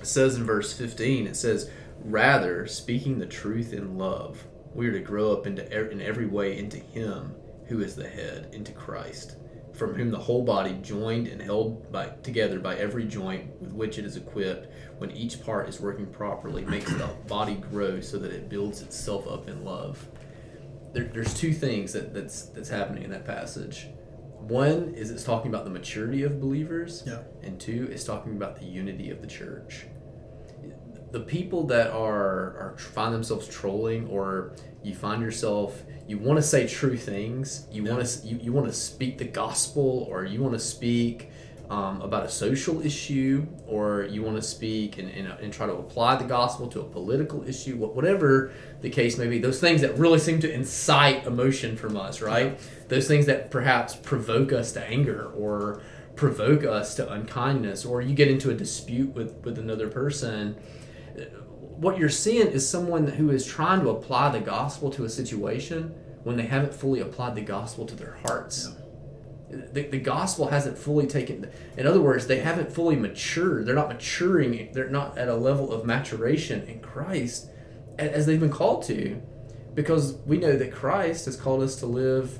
Speaker 3: It says in verse 15, it says, Rather, speaking the truth in love, we are to grow up into ev- in every way into Him who is the head, into Christ, from whom the whole body, joined and held by, together by every joint with which it is equipped, when each part is working properly, makes the body grow so that it builds itself up in love. There, there's two things that, that's, that's happening in that passage. One is it's talking about the maturity of believers,
Speaker 2: Yeah.
Speaker 3: and two is talking about the unity of the church the people that are are find themselves trolling or you find yourself you want to say true things you want to you, you want to speak the gospel or you want to speak um, about a social issue or you want to speak and, and, and try to apply the gospel to a political issue wha- whatever the case may be those things that really seem to incite emotion from us right those things that perhaps provoke us to anger or provoke us to unkindness or you get into a dispute with with another person what you're seeing is someone who is trying to apply the gospel to a situation when they haven't fully applied the gospel to their hearts. The, the gospel hasn't fully taken, in other words, they haven't fully matured. They're not maturing, they're not at a level of maturation in Christ a- as they've been called to because we know that Christ has called us to live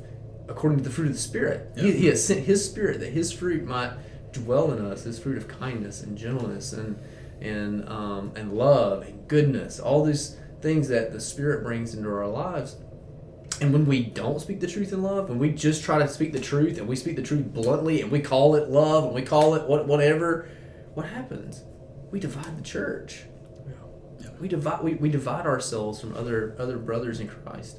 Speaker 3: according to the fruit of the Spirit. He, he has sent His Spirit that His fruit might dwell in us, His fruit of kindness and gentleness and and um, and love and goodness, all these things that the Spirit brings into our lives. And when we don't speak the truth in love, when we just try to speak the truth and we speak the truth bluntly and we call it love and we call it what whatever, what happens? We divide the church we divide we, we divide ourselves from other other brothers in Christ,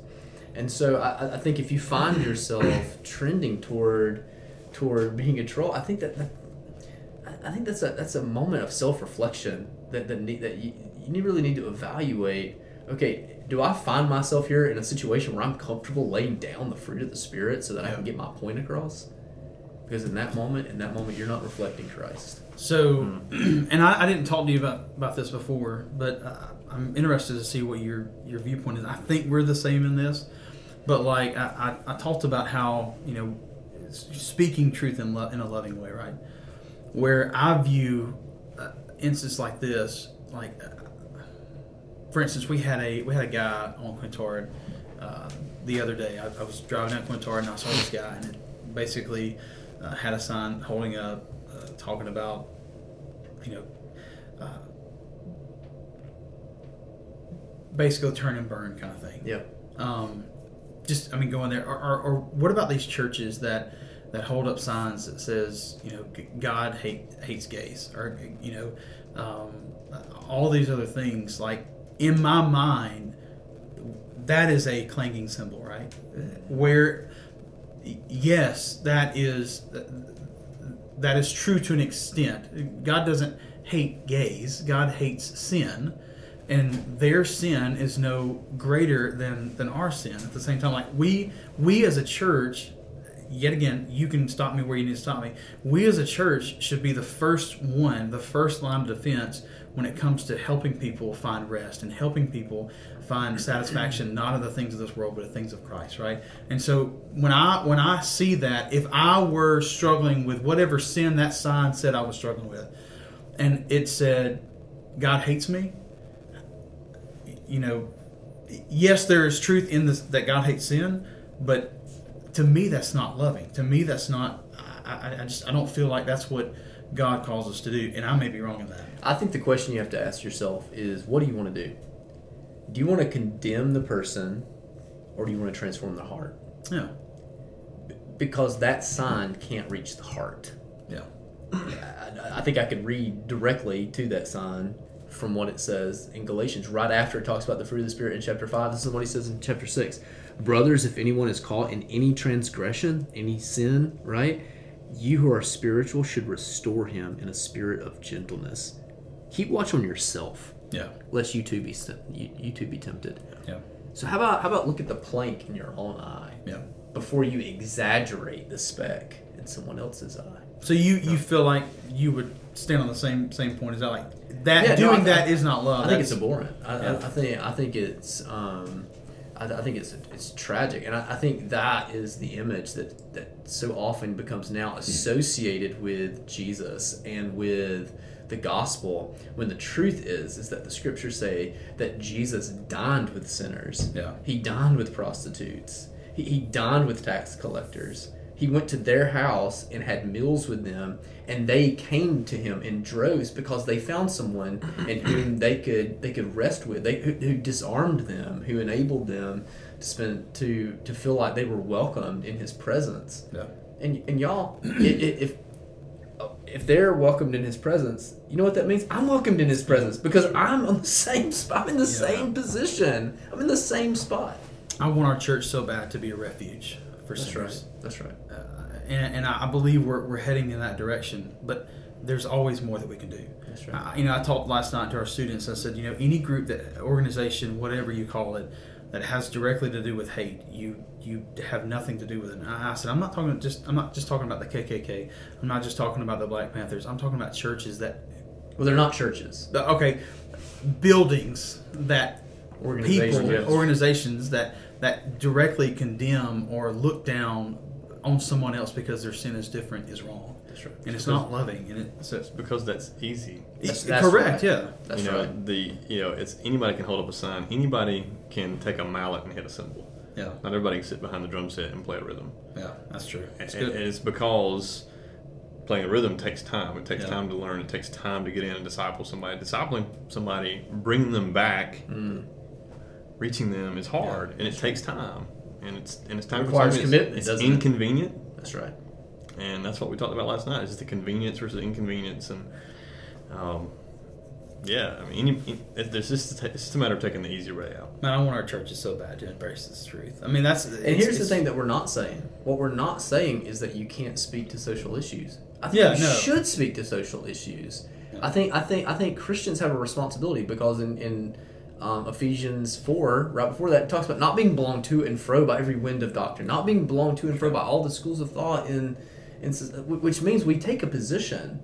Speaker 3: and so I, I- I think if you find yourself trending toward toward being a troll, I think that, that I- I think that's a that's a moment of self reflection that that need, that you, you really need to evaluate. Okay, do I find myself here in a situation where I'm comfortable laying down the fruit of the Spirit so that I can get my point across? Because in that moment, in that moment, you're not reflecting Christ.
Speaker 2: So,
Speaker 3: Hmm.
Speaker 2: [CLEARS THROAT] and I, I didn't talk to you about, about this before, but uh, I'm interested to see what your your viewpoint is. I think we're the same in this, but like I, I, I talked about how you know s- speaking truth in, lo- in a loving way, right? where I view uh, instance like this, like uh, for instance, we had a we had a guy on Quintard uh, the other day. I, I was driving down Quintard and I saw this guy and it basically uh, had a sign holding up uh, talking about you know uh, basically turn and burn kind of thing
Speaker 3: Yeah.
Speaker 2: um, just I mean going there or, or, or what about these churches that that hold up signs that says you know G- God hate, hates gays or you know um, all these other things like in my mind that is a clanging symbol right where y- yes that is that is true to an extent. God doesn't hate gays. God hates sin, and their sin is no greater than than our sin. At the same time, like we we as a church, yet again, you can stop me where you need to stop me. We as a church should be the first one, the first line of defense when it comes to helping people find rest and helping people find satisfaction not of the things of this world but of things of Christ right and so when I when I see that if I were struggling with whatever sin that sign said I was struggling with and it said God hates me you know yes there is truth in this that God hates sin but to me that's not loving to me that's not I, I- I just I don't feel like that's what God calls us to do and I may be wrong in that
Speaker 3: I think the question you have to ask yourself is what do you want to do? Do you want to condemn the person or do you want to transform their heart?
Speaker 2: yeah
Speaker 3: Because that sign can't reach the heart.
Speaker 2: yeah
Speaker 3: I, I think I could read directly to that sign from what it says in Galatians, right after it talks about the fruit of the Spirit in chapter 5. This is what he says in chapter 6. Brothers, if anyone is caught in any transgression, any sin, right? You who are spiritual should restore him in a spirit of gentleness. Keep watch on yourself,
Speaker 2: yeah
Speaker 3: lest you too be sim- you, you too be tempted.
Speaker 2: yeah
Speaker 3: So how about how about look at the plank in your own eye
Speaker 2: yeah
Speaker 3: before you exaggerate the speck in someone else's eye?
Speaker 2: So you you feel like you would stand on the same same point as that? Like that
Speaker 3: Yeah, no,
Speaker 2: doing
Speaker 3: I-
Speaker 2: that is not love.
Speaker 3: I think it's
Speaker 2: That's-
Speaker 3: abhorrent. I, I,
Speaker 2: Yeah.
Speaker 3: I think I think it's um, I, I think it's it's tragic, and I, I think that is the image that that so often becomes
Speaker 2: Hmm.
Speaker 3: now associated with Jesus and with the gospel. When the truth is is that the scriptures say that Jesus dined with sinners.
Speaker 2: Yeah.
Speaker 3: he dined with prostitutes. He, he dined with tax collectors. He went to their house and had meals with them, and they came to him in droves because they found someone in whom they could they could rest with, they, who, who disarmed them, who enabled them to spend to to feel like they were welcomed in his presence.
Speaker 2: Yeah.
Speaker 3: And and y'all, i- i- if if they're welcomed in his presence, you know what that means? I'm welcomed in his presence because I'm on the same spot. I'm in the same position. I'm in the same spot.
Speaker 2: I want our church so bad to be a refuge for sinners,
Speaker 3: That's right.
Speaker 2: uh, and, and I I believe we're we're heading in that direction. But there's always more that we can do.
Speaker 3: That's right.
Speaker 2: I, you know, I talked last night to our students. I said, you know, any group that organization, whatever you call it, that has directly to do with hate, you you have nothing to do with it. And I I said, I'm not talking just I'm not just talking about the KKK. I'm not just talking about the Black Panthers. I'm talking about churches that
Speaker 3: Well, they're not churches.
Speaker 2: the, okay buildings that
Speaker 3: Organizations,
Speaker 2: people
Speaker 3: yes.
Speaker 2: organizations that that directly condemn or look down on someone else because their sin is different is wrong
Speaker 3: That's right.
Speaker 2: and it's not loving and it's, it's,
Speaker 4: because that's easy.
Speaker 3: That's- that's
Speaker 2: correct
Speaker 3: right.
Speaker 2: yeah
Speaker 3: That's
Speaker 4: you know,
Speaker 3: right.
Speaker 4: the you know, it's anybody can hold up a sign. Anybody can take a mallet and hit a cymbal.
Speaker 2: yeah
Speaker 4: Not everybody can sit behind the drum set and play a rhythm.
Speaker 2: yeah that's true
Speaker 4: And,
Speaker 2: it's
Speaker 4: and
Speaker 2: good
Speaker 4: it's because playing a rhythm takes time. It takes
Speaker 2: Yeah.
Speaker 4: time to learn. It takes time to get in and disciple somebody. Discipling somebody, bringing them back,
Speaker 3: Mm,
Speaker 4: reaching them is hard, and it takes time. And it's and it's time
Speaker 3: Requires
Speaker 4: consuming.
Speaker 3: commitment,
Speaker 4: It's, it's
Speaker 3: doesn't it?
Speaker 4: inconvenient,
Speaker 3: That's right.
Speaker 4: and that's what we talked about last night. Is just the convenience versus inconvenience, and um, yeah, I mean, any, it- there's just it's just a matter of taking the easy way out.
Speaker 2: man i want our churches so bad to embrace this truth i mean that's
Speaker 3: And here's the thing that we're not saying. What we're not saying is that you can't speak to social issues. I think
Speaker 2: Yeah,
Speaker 3: you
Speaker 2: no.
Speaker 3: should speak to social issues. I think I think I think Christians have a responsibility because in, in um, Ephesians four, right before that, it talks about not being blown to and fro by every wind of doctrine, not being blown to and fro by all the schools of thought, in, in so- which means we take a position.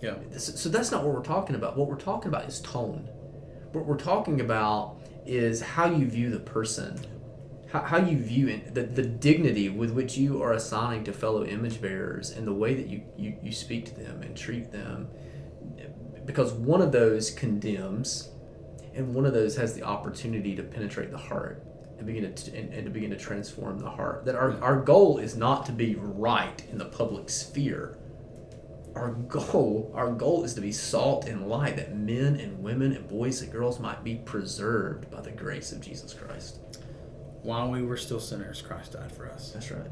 Speaker 2: yeah
Speaker 3: So so that's not what we're talking about. What we're talking about is tone. What we're talking about is how you view the person how, how you view it, the, the dignity with which you are assigning to fellow image bearers and the way that you, you, you speak to them and treat them. Because one of those condemns and one of those has the opportunity to penetrate the heart and begin to and, and to begin to transform the heart. That our, our goal is not to be right in the public sphere. Our goal, our goal is to be salt and light, that men and women and boys and girls might be preserved by the grace of Jesus Christ.
Speaker 2: While we were still sinners, Christ died for us.
Speaker 3: That's right.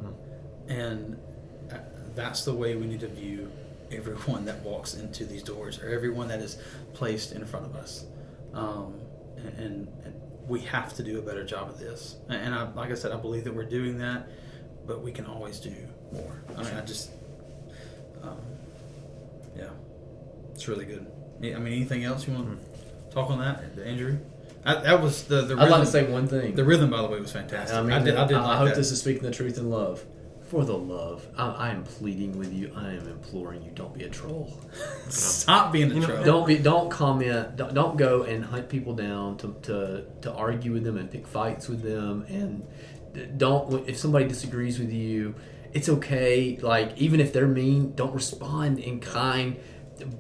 Speaker 2: And uh, that's the way we need to view everyone that walks into these doors or everyone that is placed in front of us. Um, and, and, and we have to do a better job of this. And- And I, like I said, I believe that we're doing that, but we can always do more. I mean, I just, um, yeah, it's really good. Yeah, I mean, anything else you
Speaker 3: Hmm.
Speaker 2: want to talk on that, the injury? I, that was the the.
Speaker 3: I'd like
Speaker 2: rhythm-
Speaker 3: to say one thing.
Speaker 2: The rhythm, by the way, was fantastic. I,
Speaker 3: I mean,
Speaker 2: did. I did like
Speaker 3: hope
Speaker 2: that.
Speaker 3: this is speaking the truth in love. For the love, I, I am pleading with you. I am imploring you. Don't be a troll.
Speaker 2: Stop being a troll.
Speaker 3: Don't be. Don't comment. Don't, don't go and hunt people down to, to to argue with them and pick fights with them. And d- don't. If somebody disagrees with you, it's okay. Like even if they're mean, don't respond in kind.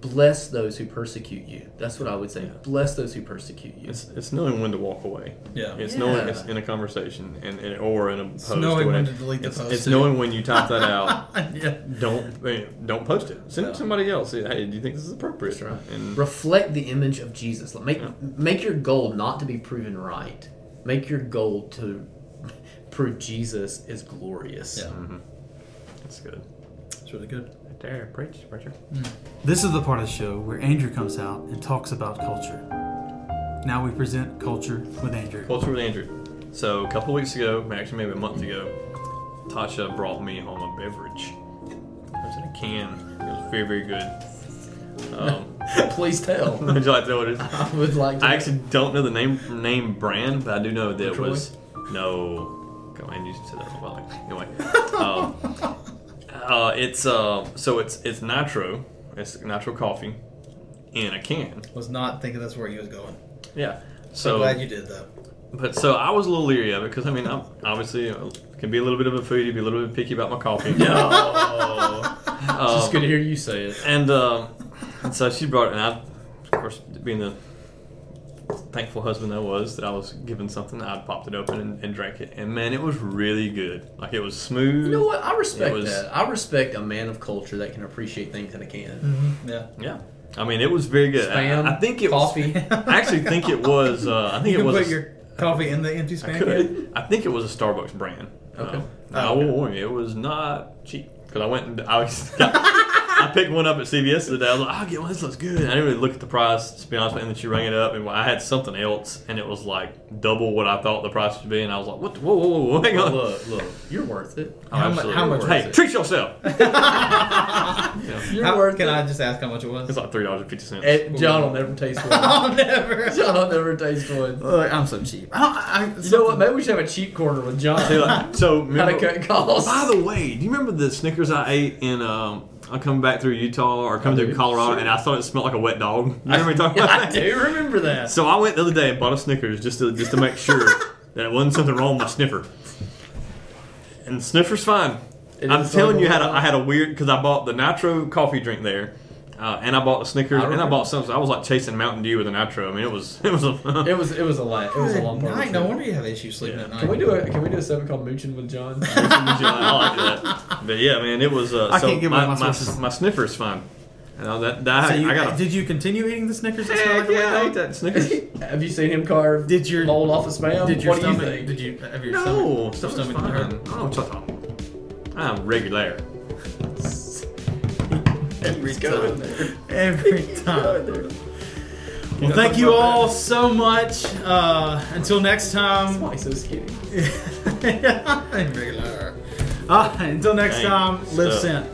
Speaker 3: Bless those who persecute you. That's what I would say. Bless those who persecute you.
Speaker 4: It's, it's knowing when to walk away.
Speaker 2: Yeah.
Speaker 4: It's knowing
Speaker 3: Yeah.
Speaker 4: it's in a conversation and, and or in a post. or
Speaker 2: knowing when
Speaker 4: whatever.
Speaker 2: to delete the
Speaker 4: it's,
Speaker 2: post,
Speaker 4: It's
Speaker 2: too.
Speaker 4: knowing when you
Speaker 2: [LAUGHS]
Speaker 4: type that out.
Speaker 2: yeah.
Speaker 4: Don't eh, don't post it. Send it to somebody else. Say, Hey, do you think this is appropriate?
Speaker 3: That's right.
Speaker 4: And
Speaker 3: reflect the image of Jesus. Like, Make make your goal not to be proven right. Make your goal to [LAUGHS] prove Jesus is glorious.
Speaker 2: Yeah.
Speaker 4: that's good.
Speaker 2: It's really good. Mm.
Speaker 4: There, preach, preacher.
Speaker 2: This is the part of the show where Andrew comes out and talks about culture. Now we present culture with Andrew.
Speaker 4: Culture with Andrew. So a couple weeks ago, actually maybe a month ago, Tasha brought me home a beverage. It was in a can. It was very very good. Um,
Speaker 3: [LAUGHS]
Speaker 4: [LAUGHS]
Speaker 3: Please tell.
Speaker 4: would you like to know what it
Speaker 3: [LAUGHS]
Speaker 4: is?
Speaker 3: I would like to.
Speaker 4: I actually don't know the name name brand, but I do know that it
Speaker 3: Troy?
Speaker 4: was no. Come on, you said that a while ago. Anyway, um, uh, it's uh, so it's it's nitro, it's nitro coffee in a can.
Speaker 2: Was not thinking that's where he was going.
Speaker 4: Yeah.
Speaker 2: So
Speaker 4: So,
Speaker 2: glad you did though.
Speaker 4: but so I was a little leery of it because I mean I'm obviously uh, can be a little bit of a foodie, be a little bit picky about my coffee.
Speaker 3: no.
Speaker 4: Um,
Speaker 3: Just good to hear you say it.
Speaker 4: and um, and so she brought it, and I, of course, being the thankful husband I was that I was given something, I popped it open and, and drank it, and man, it was really good. Like it was smooth.
Speaker 3: You know what? I
Speaker 4: It
Speaker 3: respect
Speaker 4: was-
Speaker 3: that. I respect a man of culture that can appreciate things that I
Speaker 2: Mm-hmm.
Speaker 3: can.
Speaker 2: Yeah.
Speaker 4: Yeah. I mean, it was very good. I-
Speaker 3: Spam,
Speaker 4: I, think it
Speaker 3: coffee.
Speaker 4: was. I actually think it was. Uh,
Speaker 3: [LAUGHS]
Speaker 4: I think
Speaker 2: You
Speaker 4: it
Speaker 2: can
Speaker 4: was.
Speaker 2: put your coffee in the empty
Speaker 4: I
Speaker 2: span. can?
Speaker 4: could. I think it was a Starbucks brand.
Speaker 3: Okay.
Speaker 4: [LAUGHS] Uh, I will warn you, oh, it was not cheap because I went and I was. [LAUGHS] I picked one up at CVS today. I was like, "I'll get one. This looks good." I didn't really look at the price, to be honest. with you, And then she rang it up, and I had something else, and it was like double what I thought the price would be. And I was like, "What? the- Whoa, whoa, whoa! whoa, Hang on!"
Speaker 3: Look, look, you're worth it.
Speaker 4: Oh,
Speaker 2: How mu-
Speaker 4: absolutely.
Speaker 2: how much was
Speaker 4: Hey,
Speaker 2: it?
Speaker 4: treat yourself.
Speaker 3: [LAUGHS] You're
Speaker 2: How,
Speaker 3: worth
Speaker 2: can
Speaker 3: it.
Speaker 2: I just ask how much it was?
Speaker 4: It's like three dollars and fifty cents.
Speaker 3: And John will never taste one.
Speaker 2: [LAUGHS] I'll never.
Speaker 3: John will never taste one.
Speaker 2: Look, I'm so cheap. I don't, I,
Speaker 3: You know what? Maybe we should have a cheap corner with John. [LAUGHS] How
Speaker 2: [LAUGHS]
Speaker 4: so
Speaker 3: to
Speaker 4: remember-
Speaker 3: cut costs.
Speaker 4: By the way, do you remember the Snickers I ate in? Um, I come back through Utah or come through
Speaker 3: do.
Speaker 4: Colorado,
Speaker 3: Sure.
Speaker 4: and I thought it smelled like a wet dog. You remember me
Speaker 2: [LAUGHS]
Speaker 4: talking about
Speaker 3: I
Speaker 4: that?
Speaker 3: do remember that.
Speaker 4: So I went the other day and bought a Snickers just to just to make
Speaker 2: [LAUGHS]
Speaker 4: sure that it wasn't something wrong with my sniffer. And sniffer's fine.
Speaker 3: It
Speaker 4: I'm
Speaker 3: is
Speaker 4: telling you, I had a,
Speaker 3: something
Speaker 4: I had a weird because I bought the nitro coffee drink there, uh, and I bought the Snickers,
Speaker 3: I
Speaker 4: and I
Speaker 3: remember.
Speaker 4: bought something. I was like chasing Mountain Dew with a nitro. I mean, it was [LAUGHS] it was a,
Speaker 3: It was it was a lot. It was a long part.
Speaker 2: night. No wonder you have issues sleeping
Speaker 4: Yeah.
Speaker 2: at night.
Speaker 3: Can we do a Can we do a segment called Mooching with
Speaker 2: [LAUGHS]
Speaker 3: John? [LAUGHS]
Speaker 4: I like that. But yeah, man, it was. Uh,
Speaker 2: I
Speaker 4: so
Speaker 2: can't give
Speaker 4: my,
Speaker 2: away my
Speaker 4: my,
Speaker 2: sources.
Speaker 4: my sniffer's fine. And I, that, that,
Speaker 2: So you,
Speaker 4: I got a
Speaker 2: did you continue eating the Snickers?
Speaker 4: [LAUGHS]
Speaker 2: that smell like
Speaker 4: Heck
Speaker 2: a wet
Speaker 4: yeah, I
Speaker 2: dog?
Speaker 4: ate that
Speaker 2: [LAUGHS]
Speaker 4: Snickers.
Speaker 3: Have you seen him carve?
Speaker 2: Did your-
Speaker 3: mold off a spam?
Speaker 2: Did your
Speaker 3: what
Speaker 2: stomach?
Speaker 3: do you think?
Speaker 2: Did you have your
Speaker 4: No,
Speaker 2: stomach? stomach
Speaker 4: something's fine. Oh, I
Speaker 2: hurt? [LAUGHS]
Speaker 4: don't
Speaker 3: [LAUGHS]
Speaker 4: know what y'all talking about. I'm regular.
Speaker 3: Every
Speaker 4: time.
Speaker 3: there.
Speaker 2: Every time.
Speaker 3: Go in there.
Speaker 2: Well, thank
Speaker 3: know, that's
Speaker 2: you
Speaker 3: not
Speaker 2: all so much. Uh, until next time. [LAUGHS]
Speaker 3: Why so skinny?
Speaker 2: Regular. Uh, until next
Speaker 4: Dang,
Speaker 2: time, live
Speaker 4: so-
Speaker 2: sent.